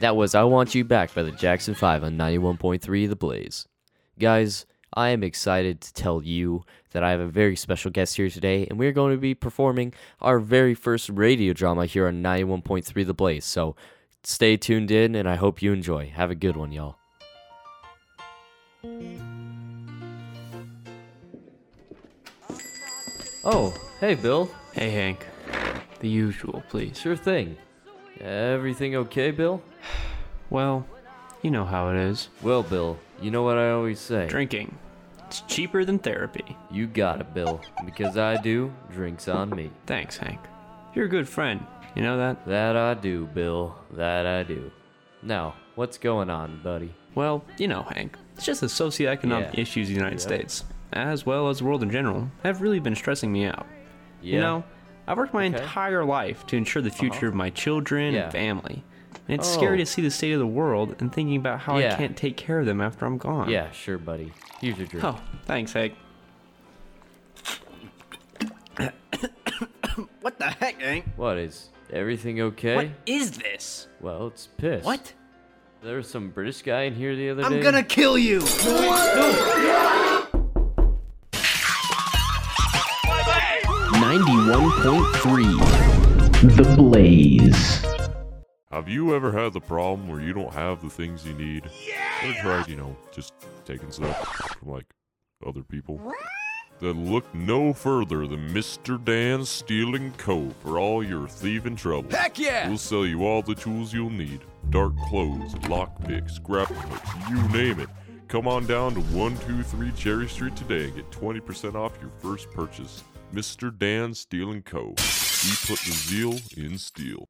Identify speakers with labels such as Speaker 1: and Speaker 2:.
Speaker 1: That was I Want You Back by the Jackson 5 on 91.3 The Blaze. Guys, I am excited to tell you that I have a very special guest here today, and we are going to be performing our very first radio drama here on 91.3 The Blaze. So stay tuned in, and I hope you enjoy. Have a good one, y'all. Oh, hey, Bill.
Speaker 2: Hey, Hank. The usual, please.
Speaker 1: Sure thing. Everything okay, Bill?
Speaker 2: Well, you know how it is.
Speaker 1: Well, Bill, you know what I always say.
Speaker 2: Drinking. It's cheaper than therapy.
Speaker 1: You got it, Bill. Because I do, drinks on me.
Speaker 2: Thanks, Hank. You're a good friend. You know that?
Speaker 1: That I do, Bill. That I do. Now, what's going on, buddy?
Speaker 2: Well, you know, Hank. It's just the socioeconomic
Speaker 1: Yeah.
Speaker 2: issues of the
Speaker 1: Yep.
Speaker 2: United States, as well as the world in general, have really been stressing me out.
Speaker 1: Yeah.
Speaker 2: You know, I've worked my
Speaker 1: Okay. Uh-huh.
Speaker 2: entire life to ensure the future of my children
Speaker 1: Yeah.
Speaker 2: and family. And it's scary
Speaker 1: Oh.
Speaker 2: to see the state of the world and thinking about how
Speaker 1: Yeah.
Speaker 2: I can't take care of them after I'm gone.
Speaker 1: Yeah, sure, buddy. Here's your drink.
Speaker 2: Oh, thanks, Hank. what the heck, Hank?
Speaker 1: What is everything okay?
Speaker 2: What is this?
Speaker 1: Well, it's piss.
Speaker 2: What?
Speaker 1: There was some British guy in here the other day.
Speaker 3: I'm gonna kill you!
Speaker 4: Have you ever had the problem where you don't have the things you need? Yeah! Or tried, you know, just taking stuff from like other people? Then look no further than Mr. Dan Steel and Co. for all your thieving trouble. Heck yeah! We'll sell you all the tools you'll need dark clothes, lockpicks, scrap hooks, you name it. Come on down to 123 Cherry Street today and get 20% off your first purchase. Mr. Dan Steel and Co. We put the zeal in steel.